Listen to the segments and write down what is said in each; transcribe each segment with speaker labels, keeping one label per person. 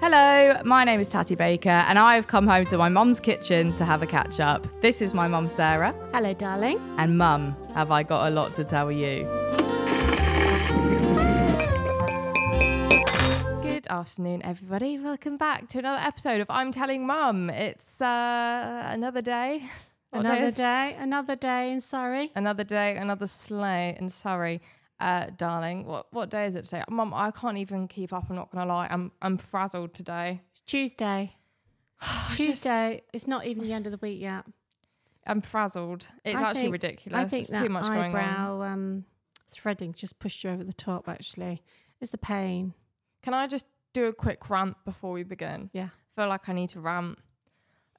Speaker 1: Hello, my name is Tatty Baker, and I've come home to my mum's kitchen to have a catch up. This is my mum, Sarah.
Speaker 2: Hello, darling.
Speaker 1: And mum, have I got a lot to tell you? Good afternoon, everybody. Welcome back to another episode of I'm Telling Mum. It's uh, another day. What day
Speaker 2: Another
Speaker 1: is-
Speaker 2: day, another day in Surrey.
Speaker 1: Another day, another sleigh in Surrey. Uh, darling, what, what day is it today? Mum, I can't even keep up. I'm not going to lie. I'm, I'm frazzled today.
Speaker 2: It's Tuesday. Tuesday. It's not even the end of the week yet.
Speaker 1: I'm frazzled. It's
Speaker 2: I
Speaker 1: actually
Speaker 2: think-
Speaker 1: ridiculous.
Speaker 2: I think
Speaker 1: it's
Speaker 2: that
Speaker 1: too much going on.
Speaker 2: eyebrow um, threading just pushed you over the top. Actually, it's the pain.
Speaker 1: Can I just do a quick rant before we begin?
Speaker 2: Yeah.
Speaker 1: I feel like I need to rant.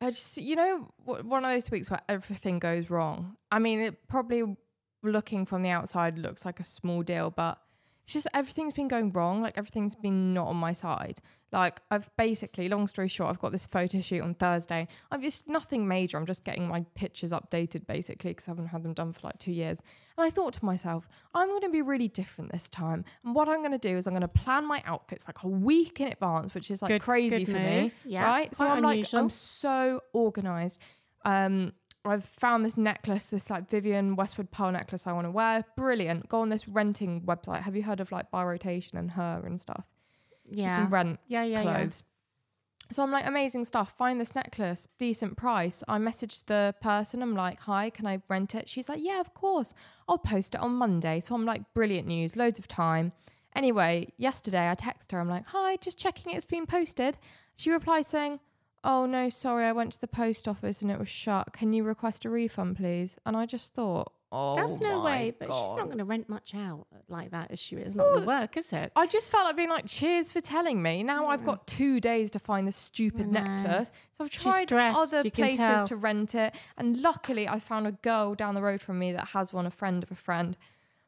Speaker 1: I just, you know, wh- one of those weeks where everything goes wrong. I mean, it probably looking from the outside looks like a small deal, but it's just everything's been going wrong. Like everything's been not on my side. Like I've basically, long story short, I've got this photo shoot on Thursday. I've just nothing major. I'm just getting my pictures updated basically because I haven't had them done for like two years. And I thought to myself, I'm going to be really different this time. And what I'm going to do is I'm going to plan my outfits like a week in advance, which is like
Speaker 2: Good-
Speaker 1: crazy
Speaker 2: good
Speaker 1: for me.
Speaker 2: move. Yeah,
Speaker 1: Right. So
Speaker 2: quite
Speaker 1: I'm like,
Speaker 2: unusual.
Speaker 1: I'm so organized. Um, I've found this necklace, this like Vivian Westwood pearl necklace I want to wear. Brilliant. Go on this renting website. Have you heard of like By Rotation and Her and stuff? You
Speaker 2: Yeah.
Speaker 1: can rent
Speaker 2: yeah, yeah, yeah.
Speaker 1: clothes. So I'm like, amazing stuff. Find this necklace, decent price. I messaged the person. I'm like, hi, can I rent it? She's like, yeah, of course. I'll post it on Monday. So I'm like, brilliant news, loads of time. Anyway, yesterday I text her. I'm like, hi, just checking it's been posted. She replies saying, oh no, sorry, I went to the post office and it was shut. Can you request a refund, please? And I just thought, oh,
Speaker 2: That's no
Speaker 1: my
Speaker 2: way. But she's
Speaker 1: God."
Speaker 2: not going to rent much out like that, is she? It's not going to work, is it?
Speaker 1: I just felt like being like, cheers for telling me. Now I've got two days to find this stupid
Speaker 2: know.
Speaker 1: necklace. So I've
Speaker 2: She's
Speaker 1: tried
Speaker 2: stressed,
Speaker 1: other
Speaker 2: you can
Speaker 1: places
Speaker 2: tell.
Speaker 1: to rent it. And luckily, I found a girl down the road from me that has one, a friend of a friend.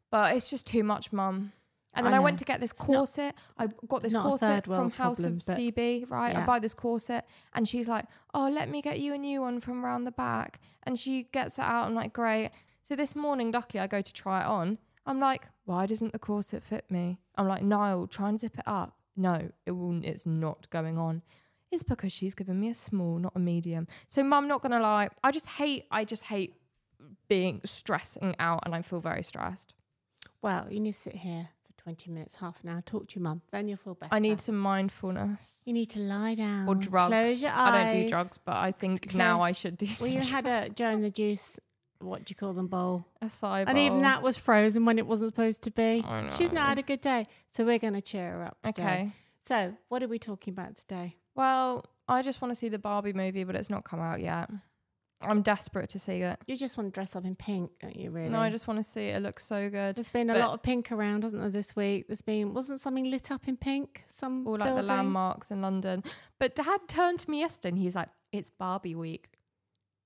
Speaker 1: But it's just too much, mum. And then I,
Speaker 2: I
Speaker 1: went
Speaker 2: know.
Speaker 1: to get this
Speaker 2: It's not-
Speaker 1: corset. I got this
Speaker 2: not a
Speaker 1: corset
Speaker 2: third world
Speaker 1: from House
Speaker 2: problem,
Speaker 1: of
Speaker 2: but-
Speaker 1: CB, right? I
Speaker 2: Yeah.
Speaker 1: buy this corset. And she's like, oh, let me get you a new one from round the back. And she gets it out. I'm like, great. So this morning, luckily, I go to try it on. I'm like, why doesn't the corset fit me? I'm like, Niall, try and zip it up. No, it will It's not going on. It's because she's given me a small, not a medium. So, mum, not gonna lie, I just hate. I just hate being stressing out, and I feel very stressed.
Speaker 2: Well, you need to sit here for twenty minutes, half an hour, talk to your mum, then you'll feel better.
Speaker 1: I need some mindfulness
Speaker 2: You need to lie down
Speaker 1: or drugs.
Speaker 2: Close your eyes.
Speaker 1: I don't do drugs, but I think
Speaker 2: Close-
Speaker 1: now I should do. Some
Speaker 2: Well, you had a Joe and the Juice. What do you call them? Bowl.
Speaker 1: a side
Speaker 2: And even
Speaker 1: bowl.
Speaker 2: that was frozen when it wasn't supposed to be.
Speaker 1: I
Speaker 2: She's
Speaker 1: know.
Speaker 2: not had a good day. So we're going to cheer her up today.
Speaker 1: Okay.
Speaker 2: So, what are we talking about today?
Speaker 1: Well, I just want to see the Barbie movie, but it's not come out yet. I'm desperate to see it.
Speaker 2: You just want to dress up in pink, don't you, really?
Speaker 1: No, I just want to see it. It looks so good.
Speaker 2: There's been a
Speaker 1: but-
Speaker 2: lot of pink around, hasn't there, this week? There's been, wasn't something lit up in pink? Some.
Speaker 1: All like
Speaker 2: building?
Speaker 1: the landmarks in London. But Dad turned to me yesterday and he's like, "It's Barbie week,"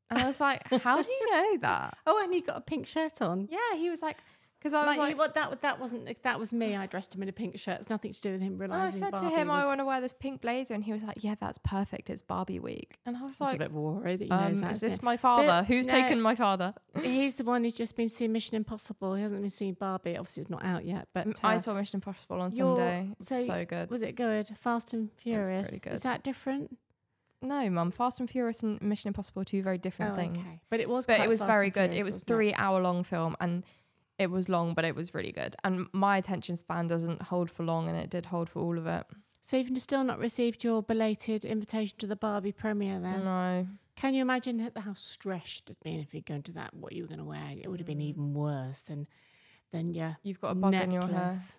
Speaker 1: and I was like, "How do you know that?"
Speaker 2: Oh, and he got a pink shirt on.
Speaker 1: Yeah, he was like, "Because I was
Speaker 2: Like,
Speaker 1: like."
Speaker 2: he- what that that wasn't that was me. I dressed him in a pink shirt. It's nothing to do with him
Speaker 1: and I
Speaker 2: realizing.
Speaker 1: said to
Speaker 2: Barbie
Speaker 1: him,
Speaker 2: was,
Speaker 1: "I want to wear this pink blazer," and he was like, "Yeah, that's perfect. It's Barbie week." And I was
Speaker 2: He's a
Speaker 1: like,
Speaker 2: bit worried that he knows
Speaker 1: um,
Speaker 2: that.
Speaker 1: "Is
Speaker 2: isn't
Speaker 1: this
Speaker 2: he?
Speaker 1: my father? Who's
Speaker 2: no.
Speaker 1: taken my father?"
Speaker 2: He's the one who's just been seeing Mission Impossible. He hasn't been seeing Barbie. Obviously, it's not out yet. But
Speaker 1: I
Speaker 2: uh,
Speaker 1: saw Mission Impossible on
Speaker 2: your-
Speaker 1: Sunday. It was
Speaker 2: so
Speaker 1: so good.
Speaker 2: Was it good? Fast and
Speaker 1: was
Speaker 2: Furious.
Speaker 1: pretty good.
Speaker 2: Is that different?
Speaker 1: No, Mum. Fast and Furious and Mission Impossible are two very different things.
Speaker 2: But it was.
Speaker 1: But
Speaker 2: Oh, quite
Speaker 1: it was
Speaker 2: Fast
Speaker 1: very
Speaker 2: and
Speaker 1: good.
Speaker 2: Furious,
Speaker 1: It was
Speaker 2: wasn't
Speaker 1: three hour long film and it was long, but it was really good. And my attention span doesn't hold for long, and it did hold for all of it.
Speaker 2: So you've still not received your belated invitation to the Barbie premiere. Then
Speaker 1: No,
Speaker 2: can you imagine h- how stressed it'd been if you'd gone to that? What you were going to wear? It would have been even worse than than your
Speaker 1: you've Mm. got a bug in your hair.
Speaker 2: necklace.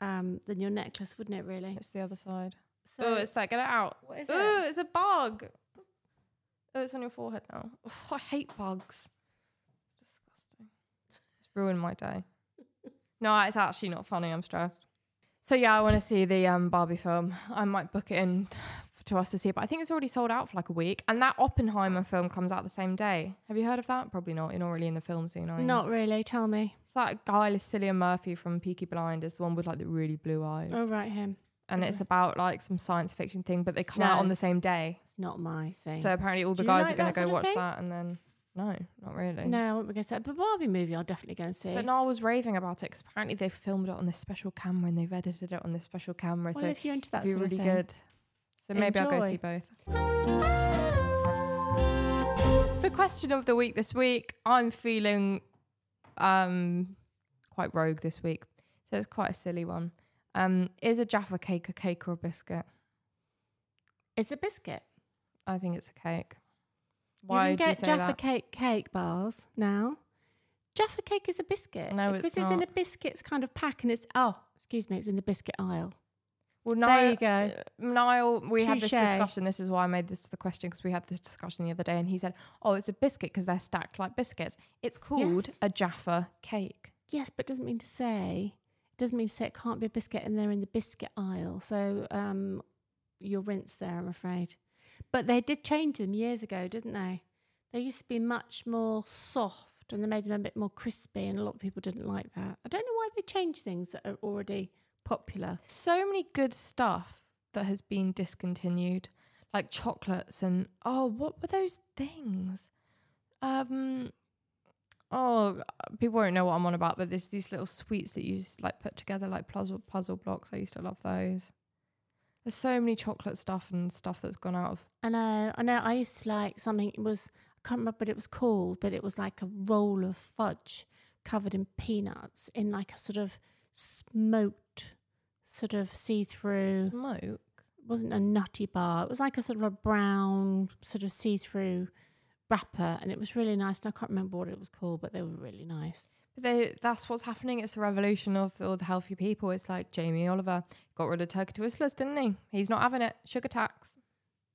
Speaker 2: Um, than your necklace, wouldn't it? Really.
Speaker 1: It's the other side.
Speaker 2: So
Speaker 1: oh, it's that. Get it out.
Speaker 2: what is
Speaker 1: Ooh, it's a bug. Oh, it's on your forehead now. Ugh, I hate bugs. It's disgusting. It's ruined my day. No, it's actually not funny. I'm stressed. So yeah, I want to see the um, Barbie film. I might book it in to us to see it, but I think it's already sold out for like a week. And that Oppenheimer film comes out the same day. Have you heard of that? Probably not. You're not really in the film scene, are you?
Speaker 2: Not really. Tell me.
Speaker 1: It's that guy, Cillian Murphy from Peaky Blinders, the one with like the really blue eyes.
Speaker 2: Oh, right, him.
Speaker 1: And it's about like some science fiction thing, but they come out
Speaker 2: No.
Speaker 1: on the same day.
Speaker 2: It's not my thing.
Speaker 1: So apparently all the
Speaker 2: Do you
Speaker 1: guys
Speaker 2: like
Speaker 1: are going
Speaker 2: that
Speaker 1: to go
Speaker 2: sort of
Speaker 1: watch
Speaker 2: thing?
Speaker 1: that and then no, not really.
Speaker 2: no, I won't be going to say. But Barbie movie, I'll definitely go and see.
Speaker 1: But no, I was raving about it because apparently they filmed it on this special camera and they've edited it on this special camera.
Speaker 2: well,
Speaker 1: so
Speaker 2: if you're into that
Speaker 1: it'd be
Speaker 2: sort
Speaker 1: really
Speaker 2: of thing.
Speaker 1: good. So maybe I'll go
Speaker 2: Enjoy.
Speaker 1: see both. The question of the week this week, I'm feeling um quite rogue this week. So it's quite a silly one. Um, is a Jaffa cake a cake or a biscuit?
Speaker 2: It's a biscuit.
Speaker 1: I think it's a cake.
Speaker 2: you
Speaker 1: Why
Speaker 2: can
Speaker 1: do
Speaker 2: get
Speaker 1: you say
Speaker 2: Jaffa
Speaker 1: that?
Speaker 2: cake cake bars now. Jaffa cake is a biscuit.
Speaker 1: No, it's
Speaker 2: because it's, in a
Speaker 1: not.
Speaker 2: biscuits kind of pack, and it's oh, excuse me, it's in the biscuit aisle.
Speaker 1: Well,
Speaker 2: There
Speaker 1: Niall,
Speaker 2: you go.
Speaker 1: Niall, we had this
Speaker 2: Touche.
Speaker 1: discussion. This is why I made this the question because we had this discussion the other day, and he said, "Oh, it's a biscuit because they're stacked like biscuits. It's called
Speaker 2: Yes.
Speaker 1: a Jaffa cake."
Speaker 2: Yes, but doesn't mean to say it doesn't mean to say it can't be a biscuit, and they're in the biscuit aisle. So um, your rinse there, I'm afraid. But they did change them years ago, didn't they? They used to be much more soft, and they made them a bit more crispy, and a lot of people didn't like that. I don't know why they change things that are already popular.
Speaker 1: So many good stuff that has been discontinued, like chocolates and oh, what were those things? Um, oh, people won't know what I'm on about, but there's these little sweets that you s- like put together like puzzle puzzle blocks. I used to love those. There's so many chocolate stuff and stuff that's gone out of
Speaker 2: I know, I know. I used to like something. It was I can't remember what it was called, but it was like a roll of fudge covered in peanuts in like a sort of smoked, sort of see-through.
Speaker 1: smoke.
Speaker 2: It wasn't a nutty bar. It was like a sort of a brown, sort of see-through wrapper, and it was really nice. And I can't remember what it was called, but they were really nice.
Speaker 1: But They, that's what's happening. It's the revolution of all the healthy people. It's like Jamie Oliver got rid of turkey twistlers, didn't he? He's not having it. Sugar tax.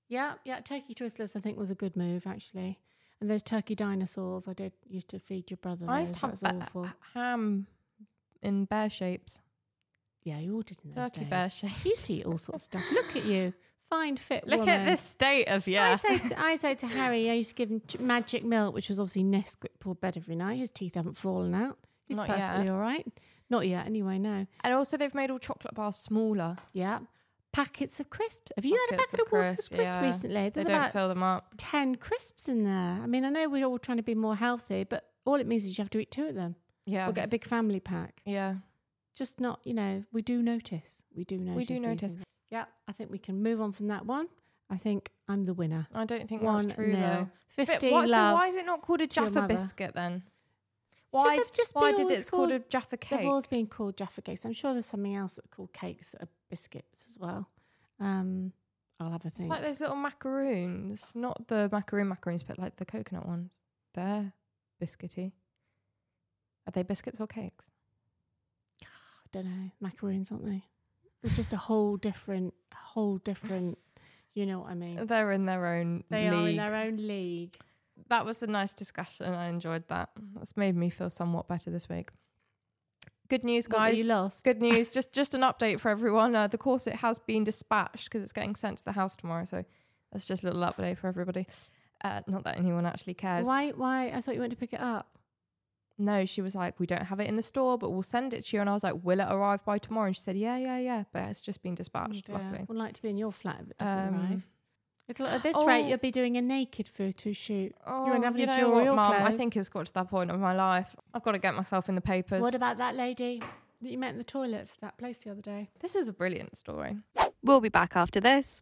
Speaker 2: Yeah, yeah. Turkey Twizzlers, I think, was a good move actually. And those turkey dinosaurs, I did used to feed your brother.
Speaker 1: I
Speaker 2: those.
Speaker 1: used to have
Speaker 2: That
Speaker 1: ba-
Speaker 2: was awful.
Speaker 1: ham in bear shapes.
Speaker 2: Yeah, you all did in those
Speaker 1: Turkey
Speaker 2: days.
Speaker 1: bear shape.
Speaker 2: You used to eat all sorts of stuff. Look at you, fine, fit
Speaker 1: Look
Speaker 2: woman.
Speaker 1: at this state of yeah.
Speaker 2: I say, to, I say to Harry, I used to give him ch- magic milk, which was obviously Nesquik poured bed every night. His teeth haven't fallen out. He's
Speaker 1: Not
Speaker 2: perfectly
Speaker 1: yet.
Speaker 2: all right. Not yet, anyway. No.
Speaker 1: and also, they've made all chocolate bars smaller.
Speaker 2: Yeah. Packets of crisps. Have you had a
Speaker 1: Packets
Speaker 2: packet
Speaker 1: of
Speaker 2: of, Walsall's
Speaker 1: crisps,
Speaker 2: crisps
Speaker 1: yeah.
Speaker 2: recently?
Speaker 1: They
Speaker 2: There's
Speaker 1: don't
Speaker 2: about
Speaker 1: fill them up.
Speaker 2: ten crisps in there. I mean, I know we're all trying to be more healthy, but all it means is you have to eat two of them
Speaker 1: Yeah.
Speaker 2: or get a big family pack.
Speaker 1: yeah.
Speaker 2: Just not, you know, we do notice. We do notice.
Speaker 1: We do
Speaker 2: these
Speaker 1: notice.
Speaker 2: things. Yeah, I think we can move on from that one. I think I'm the winner.
Speaker 1: I don't think
Speaker 2: One
Speaker 1: that's true,
Speaker 2: nil.
Speaker 1: though. But
Speaker 2: 15
Speaker 1: why- so,
Speaker 2: love
Speaker 1: why is it not called a
Speaker 2: to your
Speaker 1: Jaffa
Speaker 2: mother.
Speaker 1: biscuit then?
Speaker 2: Should
Speaker 1: Why,
Speaker 2: they've just
Speaker 1: why
Speaker 2: been
Speaker 1: did
Speaker 2: always
Speaker 1: it's called,
Speaker 2: called-
Speaker 1: a Jaffa cake?
Speaker 2: They've always been called Jaffa cakes. I'm sure there's something else that's called cakes that are biscuits as well. Um, I'll have a
Speaker 1: It's
Speaker 2: think.
Speaker 1: like those little macaroons, not the macaroon macaroons, but like the coconut ones. They're biscuity. Are they biscuits or cakes?
Speaker 2: I don't know macaroons, aren't they? It's just a whole different, a whole different. You know what I mean?
Speaker 1: They're in their own.
Speaker 2: They are in
Speaker 1: league.
Speaker 2: their own league.
Speaker 1: That was a nice discussion. I enjoyed that. That's made me feel somewhat better this week. Good news,
Speaker 2: What,
Speaker 1: guys.
Speaker 2: you lost.
Speaker 1: Good news. just just an update for everyone. Uh, the corset has been dispatched because it's getting sent to the house tomorrow. So that's just a little update for everybody. Uh, not that anyone actually cares.
Speaker 2: Why? Why? I thought you went to pick it up.
Speaker 1: No, she was like, we don't have it in the store, but we'll send it to you. And I was like, will it arrive by tomorrow? And she said, yeah, yeah, yeah. But it's just been dispatched,
Speaker 2: Oh dear.
Speaker 1: luckily.
Speaker 2: Wouldn't like to be in your flat if it doesn't
Speaker 1: Um,
Speaker 2: arrive. It'll, at this
Speaker 1: Oh.
Speaker 2: rate, you'll be doing a naked photo shoot.
Speaker 1: Oh,
Speaker 2: won't have
Speaker 1: you
Speaker 2: any
Speaker 1: know
Speaker 2: jewelry
Speaker 1: what,
Speaker 2: or
Speaker 1: Mum? I
Speaker 2: clothes.
Speaker 1: think it's got to that point of my life. I've got to get myself in the papers.
Speaker 2: What about that lady that you met in the toilets at that place the other day?
Speaker 1: this is a brilliant story.
Speaker 3: We'll be back after this.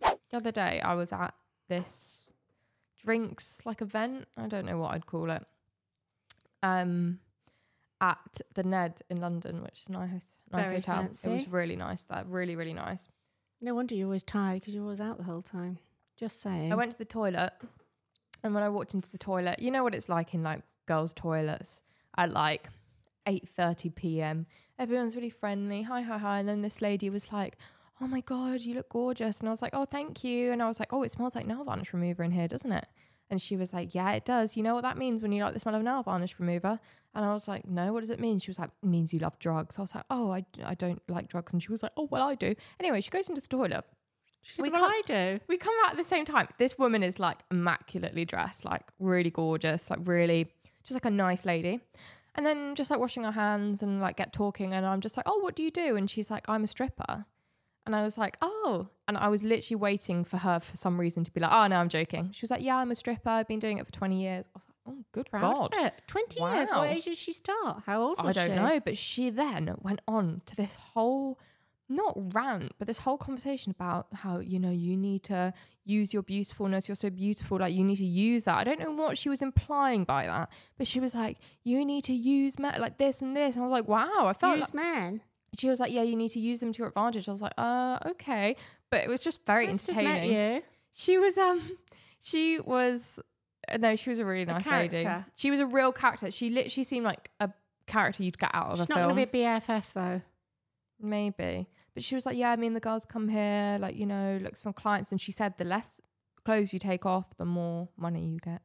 Speaker 1: The other day, I was at this drinks like event. I don't know what I'd call it. Um, at the Ned in London, which is a nice, nice
Speaker 2: Very
Speaker 1: hotel. It was
Speaker 2: fancy.
Speaker 1: really nice there. Really, really nice.
Speaker 2: No wonder you're always tired because you're always out the whole time. Just saying.
Speaker 1: I went to the toilet, and when I walked into the toilet, you know what it's like in like girls' toilets at like eight thirty p.m. Everyone's really friendly, hi hi hi, and then this lady was like. Oh my god, you look gorgeous. And I was like, Oh, thank you. And I was like, Oh, it smells like nail varnish remover in here, doesn't it? And she was like, Yeah, it does. You know what that means when you like the smell of nail varnish remover? And I was like, No, what does it mean? She was like, It means you love drugs. I was like, Oh, I, I don't like drugs. And she was like, Oh, well, I do. Anyway, she goes into the toilet.
Speaker 2: She's
Speaker 1: we
Speaker 2: well, I
Speaker 1: can't-
Speaker 2: do.
Speaker 1: We come out at the same time. This woman is like immaculately dressed, like really gorgeous, like really just like a nice lady. And then just like washing our hands and like get talking. And I'm just like, oh, what do you do? And she's like, I'm a stripper. And I was like, oh. And I was literally waiting for her for some reason to be like, oh, no, I'm joking. She was like, yeah, I'm a stripper. I've been doing it for 20 years. I was like, oh, good
Speaker 2: Proud
Speaker 1: God.
Speaker 2: of it. 20 years. What
Speaker 1: Wow.
Speaker 2: age did she start? How old
Speaker 1: I
Speaker 2: was she?
Speaker 1: don't know. But she then went on to this whole, not rant, but this whole conversation about how, you know, you need to use your beautifulness. You're so beautiful. Like, you need to use that. I don't know what she was implying by that, but she was like, you need to use me- like this and this. And I was like, wow, I felt
Speaker 2: Use
Speaker 1: like-
Speaker 2: man.
Speaker 1: she was like, yeah, you need to use them to your advantage. I was like, uh, okay. But it was just very
Speaker 2: Must have
Speaker 1: entertaining.
Speaker 2: met you.
Speaker 1: She was um she was uh, no, she was a really nice lady.
Speaker 2: character.
Speaker 1: She was a real character. She literally seemed like a character you'd get out of
Speaker 2: She's
Speaker 1: a
Speaker 2: not going
Speaker 1: film.
Speaker 2: to be a BFF though.
Speaker 1: Maybe. But she was like, Yeah, I mean the girls come here, like, you know, looks from clients and she said the less clothes you take off, the more money you get.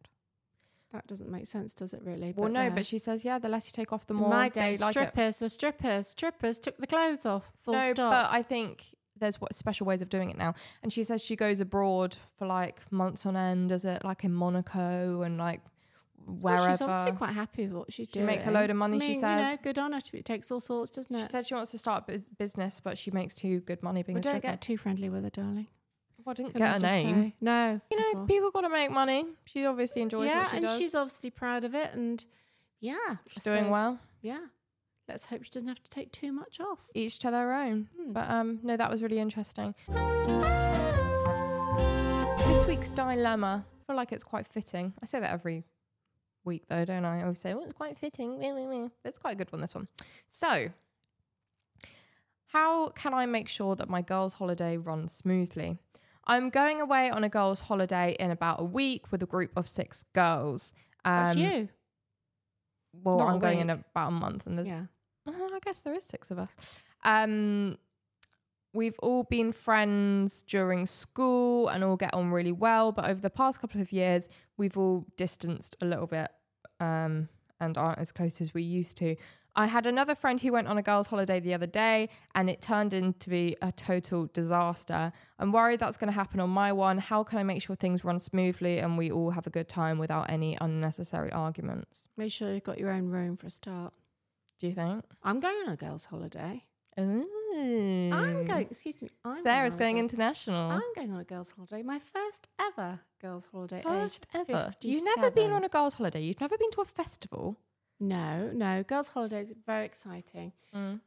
Speaker 2: That doesn't make sense, does it really?
Speaker 1: Well no,
Speaker 2: there.
Speaker 1: but she says, Yeah, the less you take off the
Speaker 2: In
Speaker 1: more
Speaker 2: my
Speaker 1: they
Speaker 2: day,
Speaker 1: like it.
Speaker 2: strippers were strippers. Strippers took the clothes off. Full
Speaker 1: no,
Speaker 2: stop.
Speaker 1: but I think there's what special ways of doing it now. And she says she goes abroad for like months on end, does it like in Monaco and like wherever.
Speaker 2: Well, she's obviously quite happy with what she's
Speaker 1: She
Speaker 2: doing.
Speaker 1: makes a load of money,
Speaker 2: I
Speaker 1: she
Speaker 2: mean, you
Speaker 1: says.
Speaker 2: know, good on her. It takes all sorts, doesn't it?
Speaker 1: She said she wants to start a bus- business, but she makes too good money being
Speaker 2: we
Speaker 1: a
Speaker 2: don't
Speaker 1: stripper.
Speaker 2: get too friendly with her, darling.
Speaker 1: well, I didn't
Speaker 2: Can I
Speaker 1: get a
Speaker 2: just
Speaker 1: name.
Speaker 2: say? No.
Speaker 1: You know,
Speaker 2: before.
Speaker 1: people got to make money. She obviously enjoys
Speaker 2: yeah,
Speaker 1: what she
Speaker 2: and
Speaker 1: does.
Speaker 2: she's obviously proud of it, and yeah, I
Speaker 1: She's doing
Speaker 2: suppose-
Speaker 1: well.
Speaker 2: Yeah, let's hope she doesn't have to take too much off.
Speaker 1: Each to their own.
Speaker 2: Hmm.
Speaker 1: But um, no, that was really interesting. This week's dilemma. I feel like it's quite fitting. I say that every week, though, don't I? I always say, well, it's quite fitting. Meh, meh, meh. It's quite a good one, this one. So, how can I make sure that my girls' holiday runs smoothly? I'm going away on a girls' holiday in about a week with a group of six girls. Um,
Speaker 2: That's you.
Speaker 1: Well,
Speaker 2: Not a
Speaker 1: I'm going in
Speaker 2: week.
Speaker 1: about a month, and there's
Speaker 2: Yeah.
Speaker 1: uh, I guess there is six of us. Um, we've all been friends during school and all get on really well, but over the past couple of years, we've all distanced a little bit um, and aren't as close as we used to. I had another friend who went on a girls' holiday the other day and it turned into be a total disaster. I'm worried that's going to happen on my one. How can I make sure things run smoothly and we all have a good time without any unnecessary arguments?
Speaker 2: Make sure you've got your own room for a start.
Speaker 1: Do you think?
Speaker 2: I'm going on a girls' holiday. I'm
Speaker 1: I'm
Speaker 2: going. Excuse me. I'm
Speaker 1: Mm. Sarah's
Speaker 2: going on
Speaker 1: going
Speaker 2: a girls'
Speaker 1: international.
Speaker 2: I'm going on a girls' holiday. My first ever girls' holiday.
Speaker 1: First
Speaker 2: aged
Speaker 1: ever. You've never
Speaker 2: 57.
Speaker 1: been on a girls' holiday. You've never been to a festival.
Speaker 2: No, no. Girls' holidays are very exciting.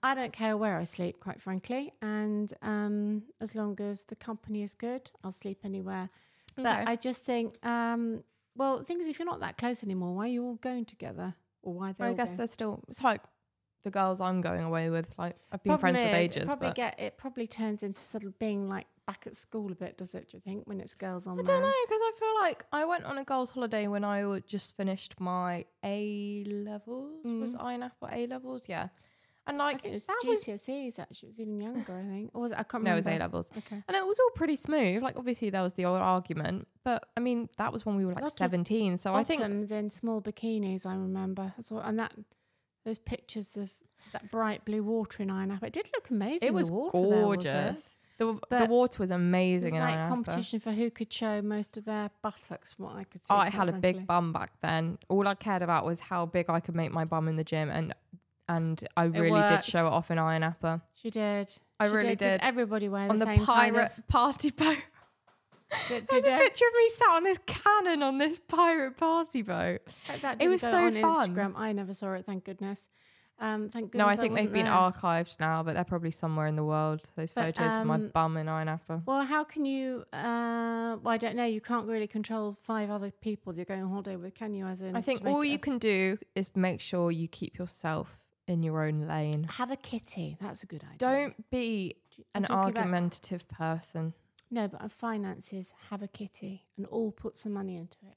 Speaker 2: I don't care where I sleep, quite frankly, and um, as long as the company is good, I'll sleep anywhere. But
Speaker 1: Okay.
Speaker 2: I just think, um, well, the thing is, if you're not that close anymore, why are you all going together, or why? They
Speaker 1: I
Speaker 2: all
Speaker 1: guess
Speaker 2: going?
Speaker 1: there's still. It's like the girls I'm going away with. Like I've been
Speaker 2: Problem
Speaker 1: friends with
Speaker 2: is, It
Speaker 1: ages,
Speaker 2: probably
Speaker 1: but
Speaker 2: get it probably turns into sort of being like back at school a bit, does it? Do you think when it's girls on?
Speaker 1: I don't know
Speaker 2: mass?
Speaker 1: because I feel like I went on a girls' holiday when I w- just finished my A levels. Was INAP or A levels? Yeah, and like
Speaker 2: I think it was
Speaker 1: Mm. that was
Speaker 2: GCSEs actually. It was even younger, I think. Or was it? I can't remember.
Speaker 1: no, it was A levels.
Speaker 2: Okay.
Speaker 1: And it was all pretty smooth. Like obviously there was the old argument, but I mean that was when we were like
Speaker 2: Lots of
Speaker 1: seventeen. So Oh, I think
Speaker 2: Bottoms in small bikinis. I remember. That's all, and that those pictures of that bright blue water in Iron Apple. It did look amazing.
Speaker 1: it
Speaker 2: the
Speaker 1: was
Speaker 2: water there, was it?
Speaker 1: gorgeous. The, the
Speaker 2: But
Speaker 1: water was
Speaker 2: It
Speaker 1: amazing.
Speaker 2: was
Speaker 1: in
Speaker 2: like
Speaker 1: Anapa.
Speaker 2: competition for who could show most of their buttocks, from what I could see.
Speaker 1: I
Speaker 2: quite
Speaker 1: Oh, had a
Speaker 2: frankly.
Speaker 1: big bum back then. All I cared about was how big I could make my bum in the gym, and and I really did
Speaker 2: worked.
Speaker 1: show it off in Iron Upper
Speaker 2: She did.
Speaker 1: I
Speaker 2: She
Speaker 1: really did.
Speaker 2: everybody wear
Speaker 1: on
Speaker 2: the,
Speaker 1: the
Speaker 2: same
Speaker 1: pirate
Speaker 2: kind of-
Speaker 1: party boat.
Speaker 2: did-
Speaker 1: There's
Speaker 2: did
Speaker 1: a
Speaker 2: it?
Speaker 1: picture of me sat on this cannon on this pirate party boat.
Speaker 2: That, that
Speaker 1: It
Speaker 2: didn't
Speaker 1: was
Speaker 2: go
Speaker 1: so
Speaker 2: on
Speaker 1: fun.
Speaker 2: Instagram. I never saw it. Thank goodness. Um, thank goodness.
Speaker 1: no, I think they've
Speaker 2: wasn't
Speaker 1: been
Speaker 2: there.
Speaker 1: archived now, but they're probably somewhere in the world. Those
Speaker 2: But,
Speaker 1: photos of my
Speaker 2: um,
Speaker 1: bum in Iron Apple.
Speaker 2: Well, how can you? Uh, well, I don't know. You can't really control five other people that you're going on holiday with, can you? As in,
Speaker 1: I
Speaker 2: to
Speaker 1: think
Speaker 2: make
Speaker 1: all
Speaker 2: it
Speaker 1: you
Speaker 2: a-
Speaker 1: can do is make sure you keep yourself in your own lane.
Speaker 2: have a kitty. That's a good idea.
Speaker 1: Don't be
Speaker 2: I'm
Speaker 1: an
Speaker 2: talking about-
Speaker 1: argumentative person.
Speaker 2: No, but on finances, have a kitty and all put some money into it,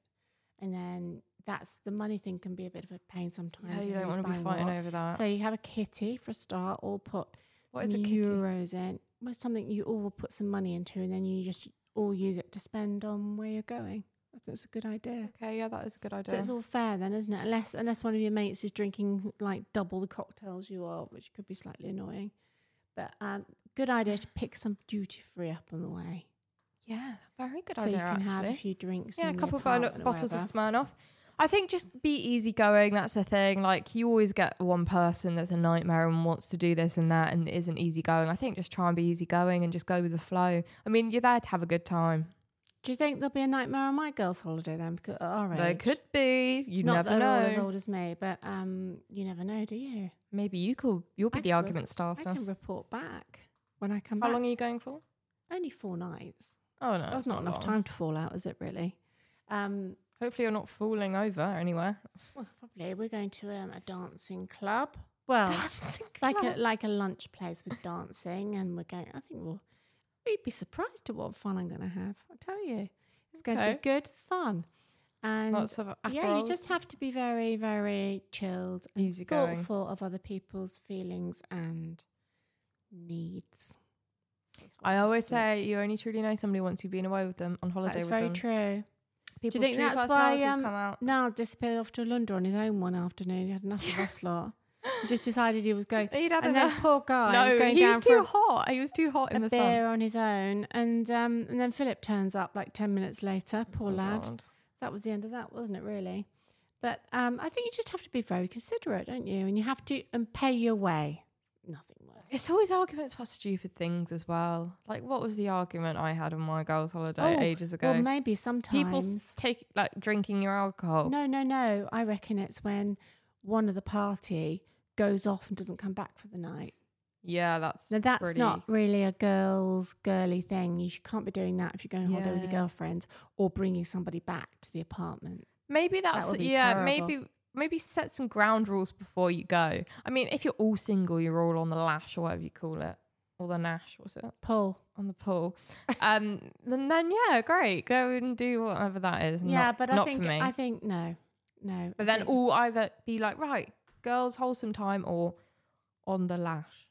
Speaker 2: and then that's the money thing can be a bit of a pain sometimes.
Speaker 1: Yeah,
Speaker 2: who's
Speaker 1: you don't want to
Speaker 2: buying
Speaker 1: be fighting
Speaker 2: what.
Speaker 1: over that.
Speaker 2: So you have a kitty for a start, all put
Speaker 1: What is
Speaker 2: some
Speaker 1: a kitty?
Speaker 2: euros in. Well, something you all will put some money into, and then you just all use it to spend on where you're going. I think it's a good idea.
Speaker 1: okay, yeah, that is a good
Speaker 2: So
Speaker 1: idea.
Speaker 2: it's all fair then, isn't it? Unless unless one of your mates is drinking like double the cocktails you are, which could be slightly annoying. But um, good idea to pick some duty free up on the way,
Speaker 1: yeah, very good
Speaker 2: so
Speaker 1: idea
Speaker 2: you can
Speaker 1: actually.
Speaker 2: have a few drinks.
Speaker 1: yeah, a
Speaker 2: in the
Speaker 1: couple of
Speaker 2: apartment
Speaker 1: bottle-
Speaker 2: or
Speaker 1: bottles of
Speaker 2: wherever.
Speaker 1: Smirnoff. I think just be easygoing. That's the thing. Like you always get one person that's a nightmare and wants to do this and that and isn't easygoing. I think just try and be easygoing and just go with the flow. I mean, you're there to have a good time.
Speaker 2: Do you think there'll be a nightmare on my girls' holiday then? Because at our
Speaker 1: There
Speaker 2: age-
Speaker 1: could be. You
Speaker 2: Not
Speaker 1: never
Speaker 2: that they're all as
Speaker 1: know.
Speaker 2: old as me, but um, you never know, do you?
Speaker 1: Maybe you could. You'll be
Speaker 2: I
Speaker 1: the
Speaker 2: can re-
Speaker 1: argument starter.
Speaker 2: I can report back when I come
Speaker 1: How
Speaker 2: back.
Speaker 1: long are you going for?
Speaker 2: Only four nights.
Speaker 1: Oh no,
Speaker 2: That's
Speaker 1: it's
Speaker 2: not enough
Speaker 1: long.
Speaker 2: time to fall out, is it really? Um,
Speaker 1: Hopefully, you're not falling over anywhere.
Speaker 2: well, probably we're going to um, a dancing club. Well, like a like a lunch place with dancing, and we're going. I think we'll we'd be surprised at what fun I'm going to have. I tell you, it's going to
Speaker 1: Okay.
Speaker 2: be good fun. And
Speaker 1: Lots of
Speaker 2: yeah, you
Speaker 1: Aperol's.
Speaker 2: just have to be very, very chilled and
Speaker 1: Easygoing.
Speaker 2: thoughtful of other people's feelings and needs. That's what
Speaker 1: I always
Speaker 2: think.
Speaker 1: say you only truly know somebody once you've been away with them on holiday
Speaker 2: That's
Speaker 1: with
Speaker 2: very
Speaker 1: them.
Speaker 2: true.
Speaker 1: People's
Speaker 2: Do you think
Speaker 1: true
Speaker 2: that's why
Speaker 1: personalities
Speaker 2: um,
Speaker 1: come out.
Speaker 2: Niall disappeared off to London on his own one afternoon? He had enough of us lot. He just decided he was going.
Speaker 1: He'd had
Speaker 2: and
Speaker 1: enough.
Speaker 2: then poor guy
Speaker 1: no,
Speaker 2: was going
Speaker 1: he
Speaker 2: down
Speaker 1: was
Speaker 2: for
Speaker 1: too hot. He was too hot in
Speaker 2: a
Speaker 1: the
Speaker 2: beer
Speaker 1: sun.
Speaker 2: on his own, and um, and then Philip turns up like ten minutes later. Poor
Speaker 1: Oh,
Speaker 2: lad.
Speaker 1: God.
Speaker 2: That was the end of that, wasn't it? Really. But um, I think you just have to be very considerate, don't you? And you have to and pay your way. Nothing worse.
Speaker 1: It's always arguments for stupid things as well. Like, what was the argument I had on my girls' holiday
Speaker 2: Oh,
Speaker 1: ages ago?
Speaker 2: Well, maybe sometimes
Speaker 1: People s- take like drinking your alcohol.
Speaker 2: No, no, no. I reckon it's when one of the party goes off and doesn't come back for the night.
Speaker 1: Yeah, that's
Speaker 2: Now that's
Speaker 1: pretty-
Speaker 2: not really a girls' girly thing. You sh- can't be doing that if you're going on holiday with your
Speaker 1: Yeah.
Speaker 2: girlfriend or bringing somebody back to the apartment.
Speaker 1: Maybe that's
Speaker 2: would be
Speaker 1: yeah.
Speaker 2: terrible.
Speaker 1: Maybe maybe set some ground rules before you go. I mean, if you're all single, you're all on the lash or whatever you call it, or the nash. What's it
Speaker 2: Paul.
Speaker 1: on the pool? um, then then yeah, great. Go and do whatever that is.
Speaker 2: yeah,
Speaker 1: Not-
Speaker 2: but
Speaker 1: not
Speaker 2: I think
Speaker 1: for me.
Speaker 2: I think no, no.
Speaker 1: but
Speaker 2: I
Speaker 1: then
Speaker 2: think-
Speaker 1: all either be like right, girls wholesome time or on the lash.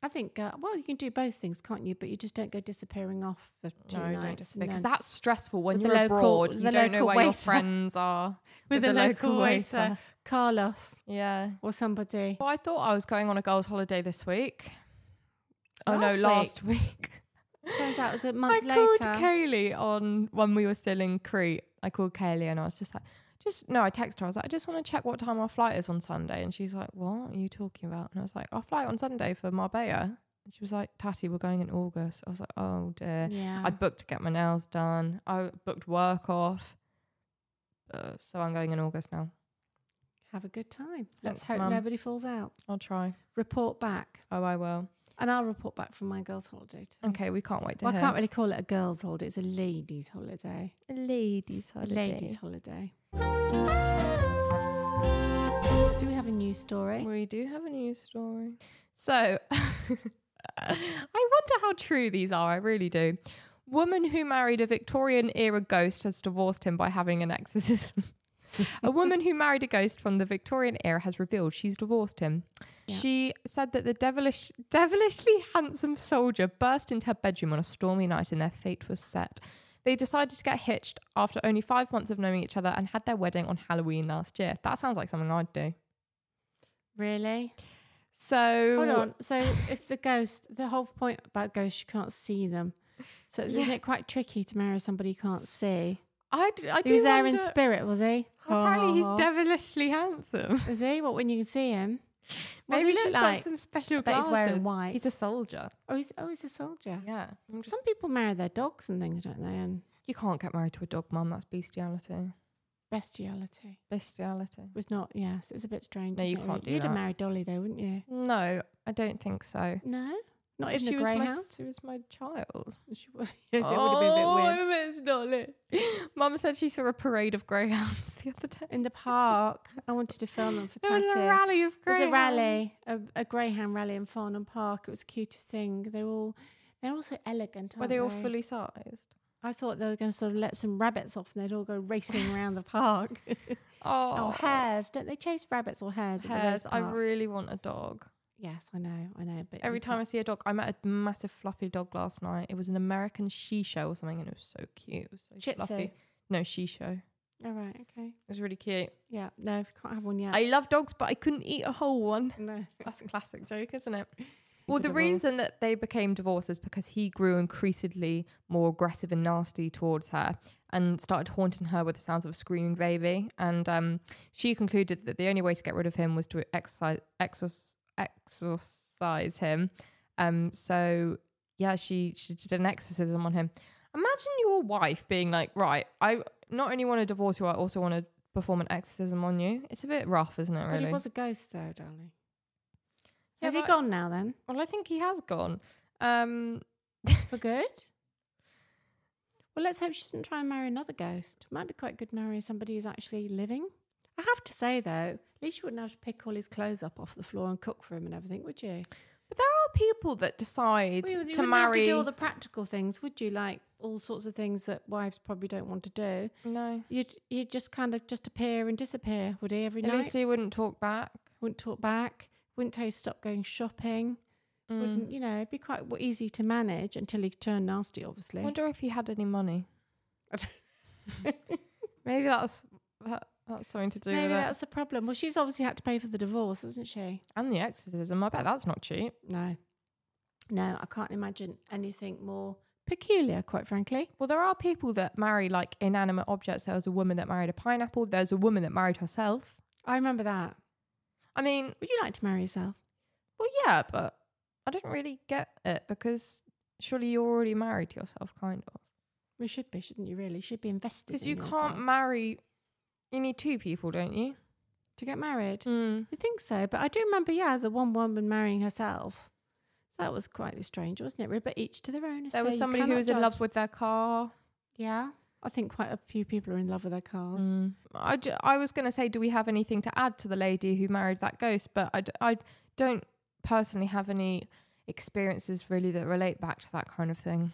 Speaker 2: I think uh, well, you can do both things, can't you? But you just don't go disappearing off for two
Speaker 1: No,
Speaker 2: nights
Speaker 1: don't
Speaker 2: and
Speaker 1: disappear, 'cause
Speaker 2: then-
Speaker 1: that's stressful when
Speaker 2: With the
Speaker 1: you're
Speaker 2: local-
Speaker 1: abroad. You
Speaker 2: the
Speaker 1: don't know
Speaker 2: local
Speaker 1: where your
Speaker 2: waiter.
Speaker 1: friends are
Speaker 2: with, a local, waiter, Carlos
Speaker 1: Yeah.
Speaker 2: or somebody.
Speaker 1: Well, I thought I was going on a girls' holiday this week. Oh
Speaker 2: Last
Speaker 1: no,
Speaker 2: week?
Speaker 1: last week.
Speaker 2: Turns out it was a
Speaker 1: I
Speaker 2: month
Speaker 1: called
Speaker 2: later.
Speaker 1: Kaylee on when we were still in Crete. I called Kaylee and I was just like, just no. I texted her. I was like, I just want to check what time our flight is on Sunday. And she's like, What are you talking about? And I was like, Our flight on Sunday for Marbella. And she was like, Tatty, we're going in August. I was like, Oh dear.
Speaker 2: yeah,
Speaker 1: I'd booked to get my nails done. I booked work off. Uh, so I'm going in August now.
Speaker 2: have a good time. Let's
Speaker 1: Thanks,
Speaker 2: hope
Speaker 1: Mum.
Speaker 2: nobody falls out.
Speaker 1: I'll try.
Speaker 2: Report back,
Speaker 1: Oh, I will.
Speaker 2: and I'll report back from my girls' holiday. too.
Speaker 1: Okay, we can't wait to
Speaker 2: Mm. Well, I
Speaker 1: hear.
Speaker 2: can't really call it a girls' holiday; it's a ladies' holiday.
Speaker 1: ladies'
Speaker 2: A ladies' holiday. Do we have a new story?
Speaker 1: We do have a news story. So I wonder how true these are. I really do. Woman who married a Victorian era ghost has divorced him by having an exorcism. a woman who married a ghost from the Victorian era has revealed she's divorced him. She said that the devilish, devilishly handsome soldier burst into her bedroom on a stormy night and their fate was set. They decided to get hitched after only five months of knowing each other and had their wedding on Halloween last year. That sounds like something I'd do.
Speaker 2: Really?
Speaker 1: So
Speaker 2: Hold on. So if the ghost, the whole point about ghosts, you can't see them. So isn't
Speaker 1: Yeah.
Speaker 2: it quite tricky to marry somebody you can't see?
Speaker 1: I, d- I
Speaker 2: He
Speaker 1: do
Speaker 2: was there in
Speaker 1: wonder-
Speaker 2: spirit, was he?
Speaker 1: Apparently he's
Speaker 2: Ha, ha, ha.
Speaker 1: devilishly handsome.
Speaker 2: Is he? What when you can see him? What's
Speaker 1: Maybe
Speaker 2: he
Speaker 1: she's
Speaker 2: look
Speaker 1: got
Speaker 2: like?
Speaker 1: some special
Speaker 2: bet
Speaker 1: glasses.
Speaker 2: he's wearing white.
Speaker 1: He's a soldier.
Speaker 2: Oh, he's oh, he's a soldier.
Speaker 1: Yeah. I'm just-
Speaker 2: Some people marry their dogs and things, don't they? And
Speaker 1: you can't get married to a dog, mum. That's bestiality.
Speaker 2: bestiality
Speaker 1: Bestiality.
Speaker 2: was not. Yes, it's a bit strange.
Speaker 1: No,
Speaker 2: isn't
Speaker 1: you
Speaker 2: it,
Speaker 1: can't
Speaker 2: really?
Speaker 1: do
Speaker 2: You'd have
Speaker 1: that.
Speaker 2: married Dolly though, wouldn't you?
Speaker 1: No, I don't think so.
Speaker 2: No, not
Speaker 1: If
Speaker 2: even
Speaker 1: she
Speaker 2: a
Speaker 1: was my,
Speaker 2: greyhound.
Speaker 1: she was my child.
Speaker 2: She was. it would have been
Speaker 1: Oh,
Speaker 2: a bit weird.
Speaker 1: Mum said she saw a parade of greyhounds the other day.
Speaker 2: In the park, I wanted to film them for
Speaker 1: It was
Speaker 2: Tatty.
Speaker 1: a rally of
Speaker 2: It was
Speaker 1: greyhounds.
Speaker 2: a rally, a, a greyhound rally in Farnham Park. It was the cutest thing. They're all, they're all so elegant.
Speaker 1: Were
Speaker 2: aren't
Speaker 1: they all fully sized?
Speaker 2: I thought they were going to sort of let some rabbits off, and they'd all go racing around the park. oh, hares! Don't they chase rabbits or hares? at the
Speaker 1: Hares.
Speaker 2: Rose
Speaker 1: I
Speaker 2: Park?
Speaker 1: really want a dog.
Speaker 2: yes, I know, I know. But
Speaker 1: Every time I see a dog, I met a massive fluffy dog last night. It was an American Shisho or something, and it was so cute. It was so
Speaker 2: Shih Tzu.
Speaker 1: fluffy. No, Shisho. It
Speaker 2: all Oh, right, okay,
Speaker 1: was really cute.
Speaker 2: yeah, no, can't have one yet.
Speaker 1: I love dogs, but I couldn't eat a whole one.
Speaker 2: no,
Speaker 1: That's a classic joke, isn't it? Well,
Speaker 2: Get
Speaker 1: the
Speaker 2: divorced.
Speaker 1: reason that they became divorced is because he grew increasingly more aggressive and nasty towards her and started haunting her with the sounds of a screaming baby. And um, she concluded that the only way to get rid of him was to exercise, exorc- exorcise him. Um, so, yeah, she, she did an exorcism on him. Imagine your wife being like, right, I not only want to divorce you, I also want to perform an exorcism on you. It's a bit rough, isn't it,
Speaker 2: But
Speaker 1: really?
Speaker 2: he was a ghost though, darling.
Speaker 1: Yeah,
Speaker 2: Has he
Speaker 1: but-
Speaker 2: gone now then?
Speaker 1: Well, I think he has gone. Um,
Speaker 2: For good? Well, let's hope she doesn't try and marry another ghost. Might be quite good marrying somebody who's actually living. I have to say, though, at least you wouldn't have to pick all his clothes up off the floor and cook for him and everything, would you?
Speaker 1: But there are people that decide
Speaker 2: Well, you wouldn't
Speaker 1: to
Speaker 2: have
Speaker 1: marry.
Speaker 2: to do all the practical things, would you? Like all sorts of things that wives probably don't want to do.
Speaker 1: no,
Speaker 2: You'd, you'd just kind of just appear and disappear, would he, every
Speaker 1: at
Speaker 2: night?
Speaker 1: least he wouldn't talk back.
Speaker 2: wouldn't talk back. Wouldn't tell you to stop going shopping.
Speaker 1: Mm,
Speaker 2: Wouldn't, you know, it'd be quite w- easy to manage until he turned nasty, obviously.
Speaker 1: I wonder if he had any money. Maybe that's that, that's something to do
Speaker 2: Maybe
Speaker 1: with it.
Speaker 2: that's the problem. Well, she's obviously had to pay for the divorce, hasn't she?
Speaker 1: And the exorcism. I bet that's not cheap.
Speaker 2: No. No, I can't imagine anything more peculiar, quite frankly.
Speaker 1: Well, there are people that marry like inanimate objects. There was a woman that married a pineapple. There's a woman that married herself.
Speaker 2: I remember that.
Speaker 1: I mean,
Speaker 2: Would you like to marry yourself?
Speaker 1: well, yeah, but I don't really get it because surely you're already married to yourself, kind of.
Speaker 2: We should be, shouldn't you? Really, You should be invested.
Speaker 1: Because you
Speaker 2: in
Speaker 1: can't
Speaker 2: yourself.
Speaker 1: marry. You need two people, don't you?
Speaker 2: to get married.
Speaker 1: Mm.
Speaker 2: I think so, but I do remember, yeah, the one woman marrying herself. That was quite strange, wasn't it? really? But each to their own. I
Speaker 1: There
Speaker 2: say,
Speaker 1: was
Speaker 2: you
Speaker 1: somebody who
Speaker 2: cannot
Speaker 1: was in
Speaker 2: judge.
Speaker 1: love with their car.
Speaker 2: Yeah, I think quite a few people are in love with their cars.
Speaker 1: Mm. I, ju- I was going to say, do we have anything to add to the lady who married that ghost? But I, d- I don't personally have any experiences really that relate back to that kind of thing.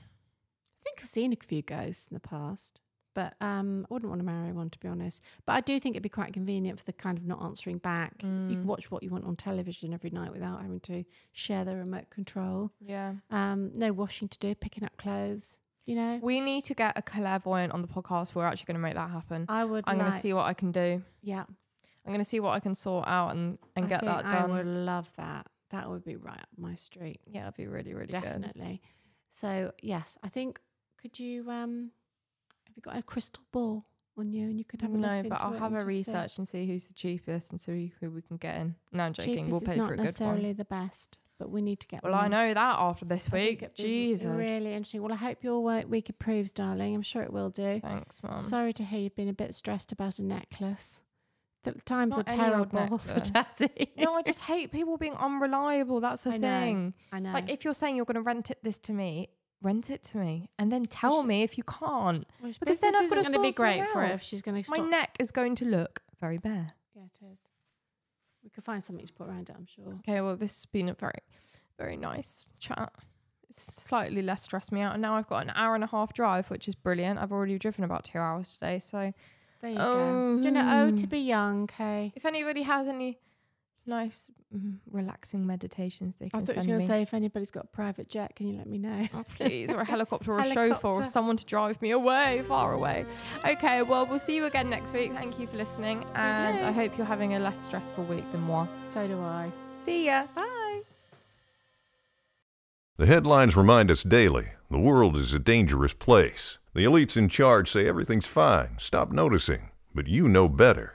Speaker 2: I think I've seen a few ghosts in the past, but um, I wouldn't want to marry one to be honest. But I do think it'd be quite convenient for the kind of not answering back. You
Speaker 1: Mm.
Speaker 2: can watch what you want on television every night without having to share the remote control.
Speaker 1: Yeah.
Speaker 2: Um, no washing to do, picking up clothes. You know,
Speaker 1: We need to get a clairvoyant on the podcast. We're actually going to make that happen.
Speaker 2: I would.
Speaker 1: I'm going to
Speaker 2: like-
Speaker 1: see what I can do.
Speaker 2: Yeah,
Speaker 1: I'm going to see what I can sort out and, and
Speaker 2: I
Speaker 1: get
Speaker 2: think
Speaker 1: that done.
Speaker 2: I would love that. That would be right up my street.
Speaker 1: Yeah, it'd be really, really good.
Speaker 2: Definitely. So yes, I think. Could you? um Have you got a crystal ball on you, and you could have a
Speaker 1: No,
Speaker 2: look
Speaker 1: but
Speaker 2: into
Speaker 1: I'll
Speaker 2: it
Speaker 1: have
Speaker 2: and
Speaker 1: a
Speaker 2: just see?
Speaker 1: research and see who's the cheapest and see who we can get in. No, I'm joking.
Speaker 2: Cheapest
Speaker 1: We'll pay
Speaker 2: is not
Speaker 1: for a good
Speaker 2: necessarily
Speaker 1: one.
Speaker 2: the best, but we need to get.
Speaker 1: Well, I
Speaker 2: one.
Speaker 1: know that after this
Speaker 2: I think
Speaker 1: week.
Speaker 2: it'd be
Speaker 1: Jesus.
Speaker 2: really interesting. Well, I hope your work week improves, darling. I'm sure it will do.
Speaker 1: Thanks, mum.
Speaker 2: Sorry to hear you've been a bit stressed about a necklace. The times are
Speaker 1: not any old
Speaker 2: terrible for
Speaker 1: necklace.
Speaker 2: Daddy.
Speaker 1: no, I just hate people being unreliable. That's the
Speaker 2: I know,
Speaker 1: thing.
Speaker 2: I know.
Speaker 1: Like, if you're saying you're going to rent it this to me, rent it to me, and then tell me if you can't,
Speaker 2: Well, sh-
Speaker 1: because then
Speaker 2: business
Speaker 1: I've got to
Speaker 2: isn't gonna be
Speaker 1: sort something
Speaker 2: great for her if
Speaker 1: else.
Speaker 2: she's gonna
Speaker 1: My
Speaker 2: stop-
Speaker 1: neck is going to look very bare.
Speaker 2: yeah, it is. We could find something to put around it. I'm sure.
Speaker 1: Okay, well, this has been a very, very nice chat. It's slightly less stressed me out, and now I've got an hour and a half drive, which is brilliant. I've already driven about two hours today, so
Speaker 2: There you go. Do you know, oh, to be young, okay.
Speaker 1: if anybody has any nice, mm, relaxing meditations, they can
Speaker 2: I thought you were
Speaker 1: send
Speaker 2: going
Speaker 1: me.
Speaker 2: to say if anybody's got a private jet, can you let me know?
Speaker 1: Oh, please, or a helicopter or a chauffeur or
Speaker 2: Helicopter.
Speaker 1: someone to drive me away, far away. Okay, well, we'll see you again next week. Thank you for listening, and I hope you're having a less stressful week than moi.
Speaker 2: So do I.
Speaker 3: See ya. Bye.
Speaker 4: The headlines remind us daily the world is a dangerous place. The elites in charge say everything's fine, stop noticing. But you know better.